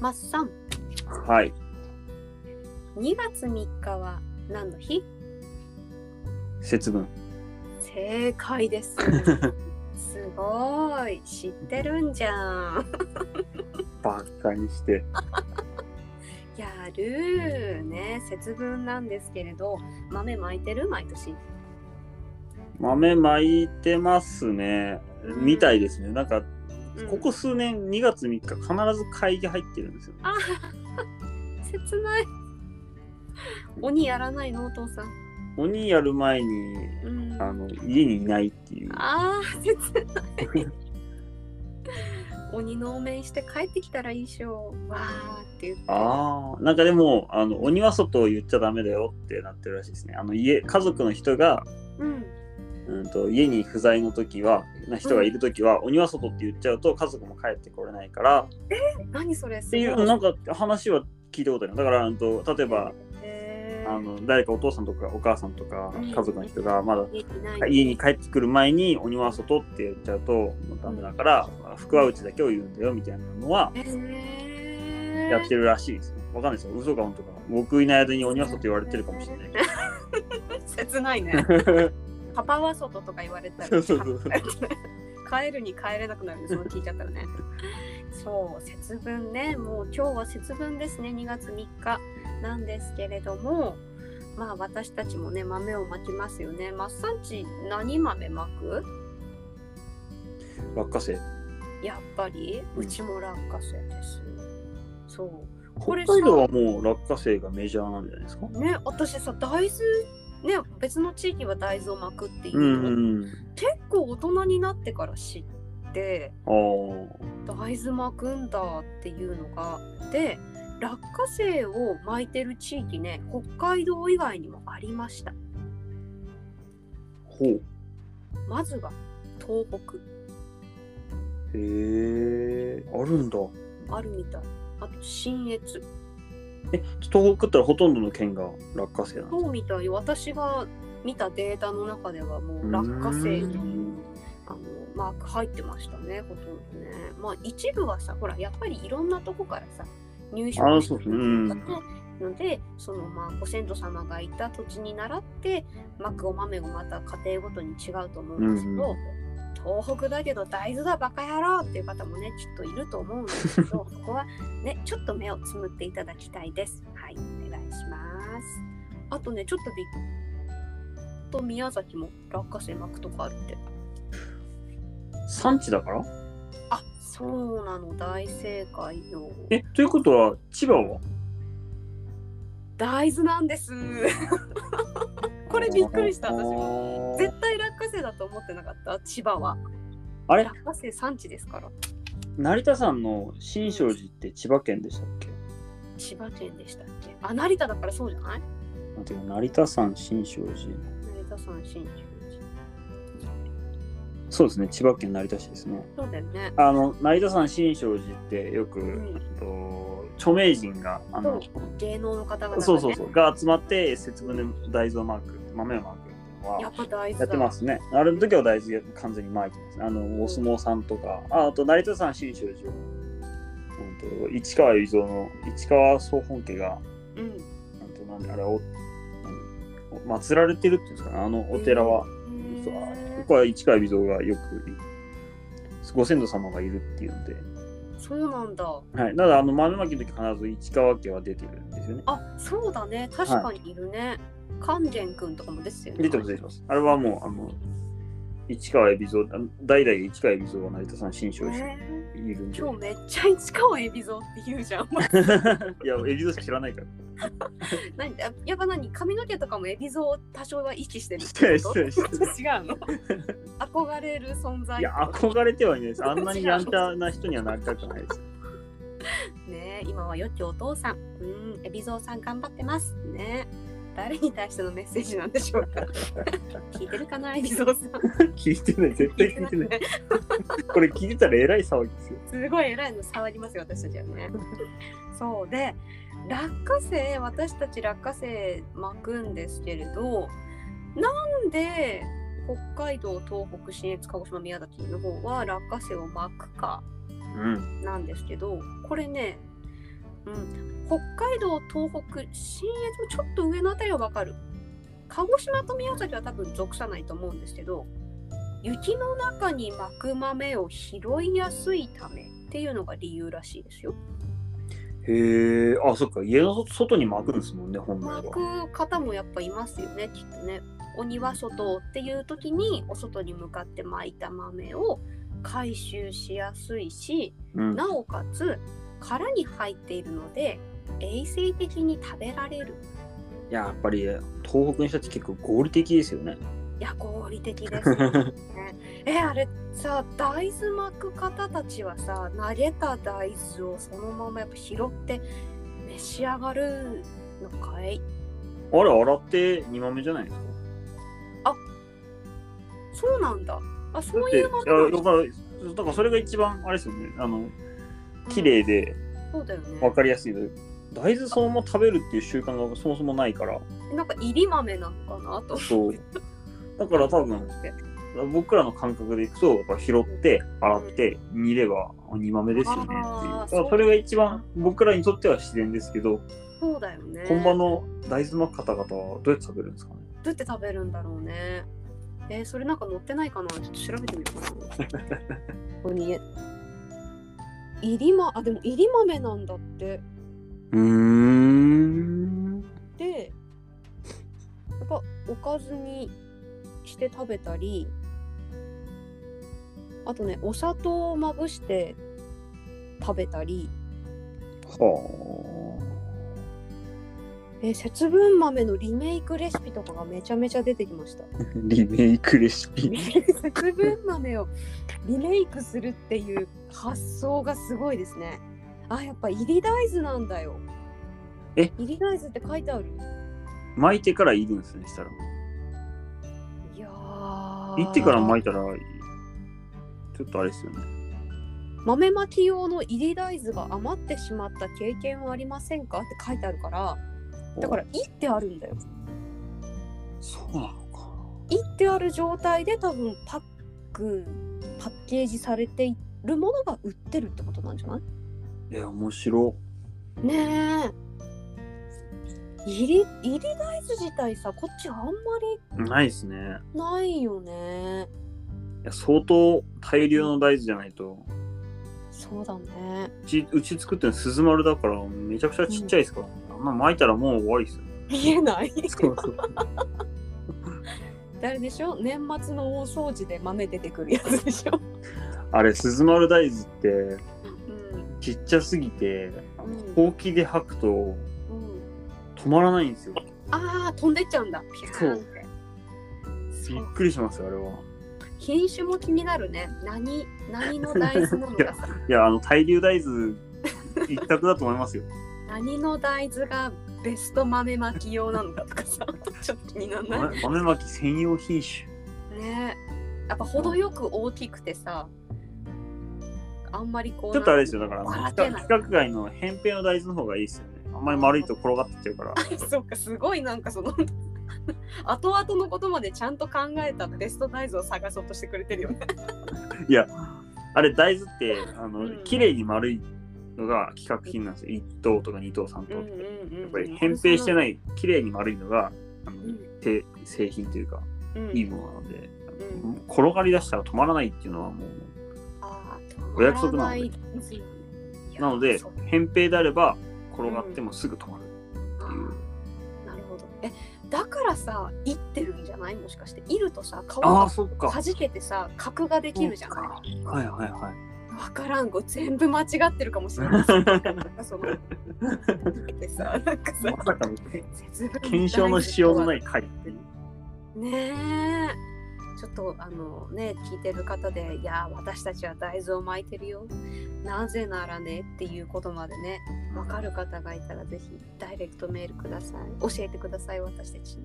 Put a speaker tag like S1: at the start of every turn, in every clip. S1: マッサン、
S2: はい。
S1: 2月3日は何の日
S2: 節分。
S1: 正解 です。すごい。知ってるんじゃん。
S2: バカにして。
S1: やるーね。節分なんですけれど、豆まいてる毎年。
S2: 豆巻いてますね。みたいですね。なんか、
S1: うん
S2: ここ数年2月3日必ず会議入ってるんですよ。
S1: あ切ない。鬼やらないのお父さん。
S2: 鬼やる前に、
S1: うん。
S2: あの、家にいないっていう。
S1: あー切ない鬼のお面して帰ってきたらいいっしょわーって言って
S2: ああ、なんかでも、あの、鬼は外を言っちゃダメだよってなってるらしいですね。あの、家、家族の人が、
S1: うん
S2: うんと、家に不在の時は、な人がいる時は、鬼は外って言っちゃうと家族も帰ってこれないから、
S1: 何それす
S2: っ
S1: ご
S2: て
S1: い
S2: いう、なんか話は聞いたことある。だから、うんと、例えば、
S1: へー
S2: あの誰かお父さんとかお母さんとか
S1: うん
S2: 家族の人がまだ
S1: 家にない
S2: 家に帰ってくる前にお庭は外って言っちゃうともうダメだから福は内だけを言うんだよみたいなのは
S1: へー
S2: やってるらしいですよ。わかんないですよ。嘘か本当か。僕いない間にお庭外言われてるかもしれない
S1: 切ない ね
S2: けど。
S1: パパは外とか言われたら
S2: そうそうそうそう
S1: 帰るに帰れなくなるんですその聞いちゃったらねそう節分ねもう今日は節分ですね2月3日なんですけれどもまあ私たちもね豆をまきますよねマッサンチ何豆まく
S2: 落花生。
S1: やっぱり
S2: うん
S1: うちも落花生ですそうこれさ
S2: 北海道はもう落花生がメジャーなんじゃないですか。
S1: ね私さ大豆ね別の地域は大豆をまくっていうう、
S2: んうん。
S1: 結構大人になってから知って
S2: ああ。
S1: 大豆巻くんだっていうのがで落花生を巻いてる地域ね北海道以外にもありました
S2: ほう。
S1: まずは東
S2: へえ。あるんだ。
S1: 北あるみたいあと信越
S2: え、東北ったらほとんどの県が落花生なんです
S1: そうみたい私が見たデータの中ではもう
S2: か。
S1: 落花生
S2: う
S1: の
S2: ん
S1: あのマーク入ってましたねほとんどねまあ一部はさほらやっぱりいろんなとこからさ入手
S2: あー
S1: して
S2: そう
S1: く
S2: そう
S1: る
S2: うん
S1: のでそのまあご先祖様がいた土地に倣ってマクお豆がまた家庭ごとに違うと思うんですけど、東北だけど大豆だバカ野郎っていう方もねちょっといると思うんですけ どここはねちょっと目をつむっていただきたいですはいお願いしますあとねちょっとびっと宮崎も落花生巻くとかあるって
S2: 産地だから
S1: あそうなの大正解よ
S2: え、ということは、千葉は
S1: 大豆なんです これびっくりした私も
S2: も
S1: 絶対落花生だと思ってなかった千葉は
S2: あれ
S1: 落花生産地ですから
S2: 成田山の新勝寺って千葉県でしたっけ
S1: 千葉県でしたっけあ成田だからそうじゃない
S2: なんていうの成田山新勝寺。
S1: 成田山新宿
S2: そうですね、千葉県成田市ですね。
S1: そうだよね
S2: あの、成田山新勝寺ってよく、
S1: ん
S2: えっと著名人が、あの、
S1: 芸能の方々、ね、
S2: そうそうそう、が集まって節分で大豆をマーク、豆をマークっていうの
S1: や
S2: は
S1: っぱ大豆だ
S2: やってますね。あれの時は大豆完全に巻いてます、ね。あ
S1: ん
S2: の、お相撲さんとか、ああと成田山新勝寺を、うんと、市川由蔵の市川総本家が、
S1: うん
S2: なんとなんであれお、何祀られてるっていうんですかね、あのお寺は、実はここは市川海老蔵がよくご先祖様がいるっていうので、
S1: そうなんだ
S2: はい、ただあの豆まきの時必ず市川家は出てるんですよね。
S1: あそうだね確かにいるね、勸玄くんとかもですよね
S2: 出てます、出てます。あれはもう、あの、市川海老蔵、あの代々市川海老蔵は成田さん新勝寺
S1: ね
S2: にいるんで。
S1: 今日めっちゃ市川海老蔵って言うじゃん。
S2: いや、海老蔵しか知らないから。
S1: 何ややっぱ何髪の毛とかも海老蔵を多少は意識してるっ
S2: 失
S1: て
S2: 礼、
S1: こ
S2: 失
S1: と違う
S2: 礼、失礼。
S1: の憧れる存在
S2: いや、憧れてはいないです。あんなにやんちゃな人にはなりたくないです。
S1: ねえ今はよきお父さんうん海老蔵さん頑張ってますね誰に対してのメッセージなんでしょ うか聞いてるかな海老蔵さん
S2: 聞いてない、絶対聞いてない。
S1: ね
S2: これ聞いてたらえらい騒ぎですよ。
S1: すごい偉いの触りますよ私たちはねそうで落花生私たち落花生巻くんですけれどなんで北海道東北信越鹿児島宮崎の方は落花生を巻くか
S2: うん。
S1: なんですけどこれねうん、北海道、東北、信越もちょっと上のあたりはわかる。鹿児島と宮崎は多分属さないと思うんですけど、雪の中に巻く豆を拾いやすいためっていうのが理由らしいですよ。
S2: へえ、あ、そっか、家の外に巻くんですもんね、本来は
S1: 巻。く方もやっぱいますよね、きっとね。鬼は外っていう時にお外に向かって巻いた豆を回収しやすいし、
S2: うん、
S1: なおかつ殻に入っているので衛生的に食べられる
S2: やっぱり東北の人たち結構合理的ですよね。
S1: いや合理的ですよね えあれさ大豆巻く方たちはさ投げた大豆をそのままやっぱ拾って召し上がるのかい
S2: あれ、洗って煮豆じゃないですか
S1: そうなんだあ
S2: だ
S1: そ
S2: っ
S1: う
S2: て、い
S1: い
S2: や
S1: う巻
S2: だから、だからそれが一番、あれですよね、あの、綺麗で
S1: そうだよね
S2: 分かりやすいので、大豆そのまま食べるっていう習慣がそもそもないから、
S1: なんか入り豆なのかなと
S2: そう。だから多分、僕らの感覚でいくと、やっぱ拾って、洗って、煮れば煮豆ですよねっていう。
S1: あー
S2: だからそれが一番僕らにとっては自然ですけど、
S1: そうだよね
S2: 本場の大豆の方々はどうやって食べるんですかね
S1: どうやって食べるんだろうね。えーそれなんか載ってないかなちょっと調べてみようかな。ここに。いりま、あ、でもいり豆なんだって。
S2: うーん。
S1: で、やっぱおかずにして食べたり、あとね、お砂糖をまぶして食べたり、
S2: は
S1: えー節分豆のリメイクレシピとかがめちゃめちゃ出てきました。
S2: あ。リメイクレシピ。
S1: 節分豆をリメイクするっていう発想がすごいですね。 あ、やっぱ入り大豆なんだよ。
S2: え
S1: 入り大豆って書いてある
S2: 巻いてからいるんですね、したら。
S1: いやー
S2: 行ってから巻いたら、ちょっとあれですよね。
S1: 豆まき用の入り大豆が余ってしまった経験はありませんかって書いてあるから、だから、いってあるんだよ。
S2: そうなのか。
S1: いってある状態で多分パック、パッケージされているものが売ってるってことなんじゃない
S2: え、面白。
S1: ねえ入り入り大豆自体さこっちあんま
S2: ないですね。
S1: りないよね
S2: いや相当大量の大豆じゃないと
S1: そうだね
S2: うちうち作ってるの鈴丸だからめちゃくちゃちっちゃいですから、あんな巻いたらもう終わりですよ、ね、
S1: 見えない
S2: そうそう
S1: 誰でしょ年末の大掃除で豆出てくるやつでしょ
S2: あれ鈴丸大豆って
S1: うん
S2: ちっちゃすぎて
S1: うん
S2: ほうきで吐くと
S1: うん
S2: 止まらないんですよ
S1: ああ飛んでっちゃうんだピャーンって
S2: びっくりしますよあれは
S1: 品種も気になるね何何の大豆なのかさ
S2: いやあの大量大豆一択だと思 いますよ
S1: 何の大豆がベスト豆まき用なのかとかさ ちょっと気にならない
S2: 豆豆まき専用品種
S1: ねえやっぱ程よく大きくてさあんまりこう
S2: ちょっとあれ
S1: れ
S2: ですよだからあの
S1: 笑
S2: 規
S1: って
S2: 格
S1: ない
S2: 規格外の扁平の大豆の方がいいですよねあんまり丸いと転がってっちゃう から
S1: そっかすごいなんかその 後々のことまでちゃんと考えたベスト大豆を探そうとしてくれてるよね。
S2: いや、あれ大豆って、あ
S1: う
S2: の
S1: ん、
S2: 綺麗に丸いのが規格品なんですよ。1等とか2等、3等とか。やっぱり扁平して
S1: い。
S2: ない、綺麗に丸いのが、あの
S1: うん
S2: て製品というか、
S1: うん
S2: いいものなので、
S1: うん
S2: 転がり出したら止まらないっていうのはもう、
S1: あー
S2: お約束
S1: 止
S2: なので
S1: まらいいや
S2: なので
S1: そう、
S2: 扁平であれば、転がってもすぐ止まる。
S1: あーなるほど。えだからさいってるんじゃないもしかしているとさ皮
S2: ああ、
S1: が
S2: そっか。
S1: はじけてさ角ができるじゃない
S2: はいはいはい。
S1: わからんご全部間違ってるかもしれない。なんかそので さなんかさ
S2: まさかの
S1: 節分。
S2: 検証のしようのないい回っていう。
S1: ねえ。ちょっとあのね聞いてる方でいや私たちは大豆を巻いてるよなぜならねっていうことまでねわかる方がいたらぜひダイレクトメールください教えてください私たちに。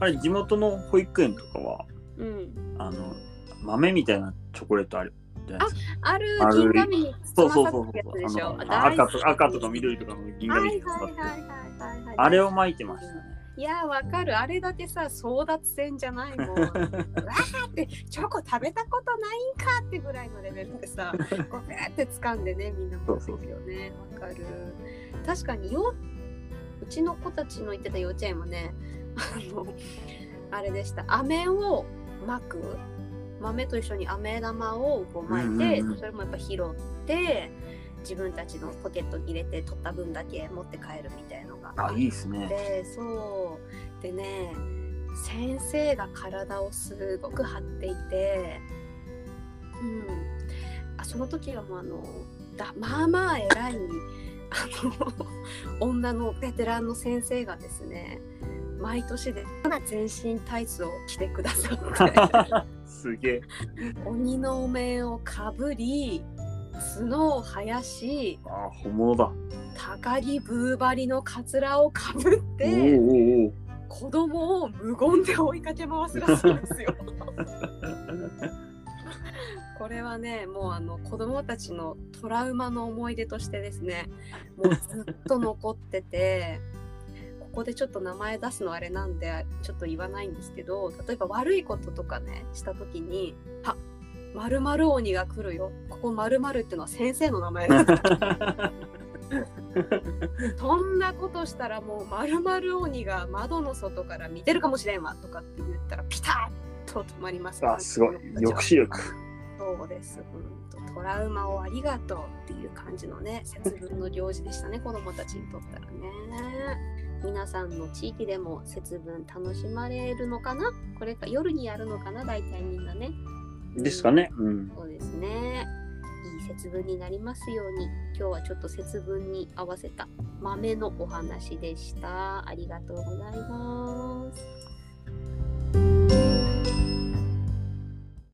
S2: あれ、地元の保育園とかは、
S1: うん、
S2: あの、豆みたいなチョコレートあるじゃないですか。
S1: ある
S2: ある
S1: 銀紙に
S2: そう
S1: 包
S2: そう
S1: ま
S2: そう
S1: さってやつで
S2: そ
S1: し
S2: う。
S1: ょ
S2: あの赤と赤とか
S1: と
S2: 緑とかの銀
S1: はいは
S2: 紙
S1: い
S2: に使って
S1: はいはいはいはい
S2: あれを巻いてましたね。
S1: いやーわかるあれだけさ争奪戦じゃない もんうわーってチョコ食べたことないんかってぐらいのレベルで さごめんって掴んでねみんな持ってるよねわかる確かにようちの子たちの行ってた幼稚園もねあのあれでした飴をまく豆と一緒に飴玉をこう巻いて、
S2: うんうんうん
S1: それもやっぱ拾って自分たちのポケットに入れて取った分だけ持って帰るみたいのが
S2: あ、いいですね。
S1: でそうでね先生が体をすごく張っていて、うん、あその時はもうあのだまあまあ偉いあの 女のベテランの先生がですね毎年で全身タイツを着てくださ って
S2: すげえ。
S1: 鬼のお面をかぶり角を生やし
S2: あ、本物だ。
S1: 高木ブーバリのかつらをかぶっ
S2: おお
S1: て。
S2: おう
S1: 子供を無言で追いかけ回すらしいんですよ。 これはねもうあの子供たちのトラウマの思い出としてですねもうずっと残っててここでちょっと名前出すのあれなんでちょっと言わないんですけど例えば悪いこととかねした時に「あまるまる鬼が来るよここまるまるってのは先生の名前だ」そんなことしたらもうまるまる鬼が窓の外から見てるかもしれんわとかって言ったらピタッと止まります
S2: お。 あ、すごい。抑止力。
S1: そうです。うんとトラウマをありがとうっていう感じのね、節分の行事でしたね、子供たちにとったらね。皆さんの地域でも節分楽しまれるのかなこれか夜にやるのかな大体みんなね。
S2: ですかね。うん。
S1: そうですね。いい節分になりますように、今日はちょっと節分に合わせた豆のお話でした。ありがとうございます。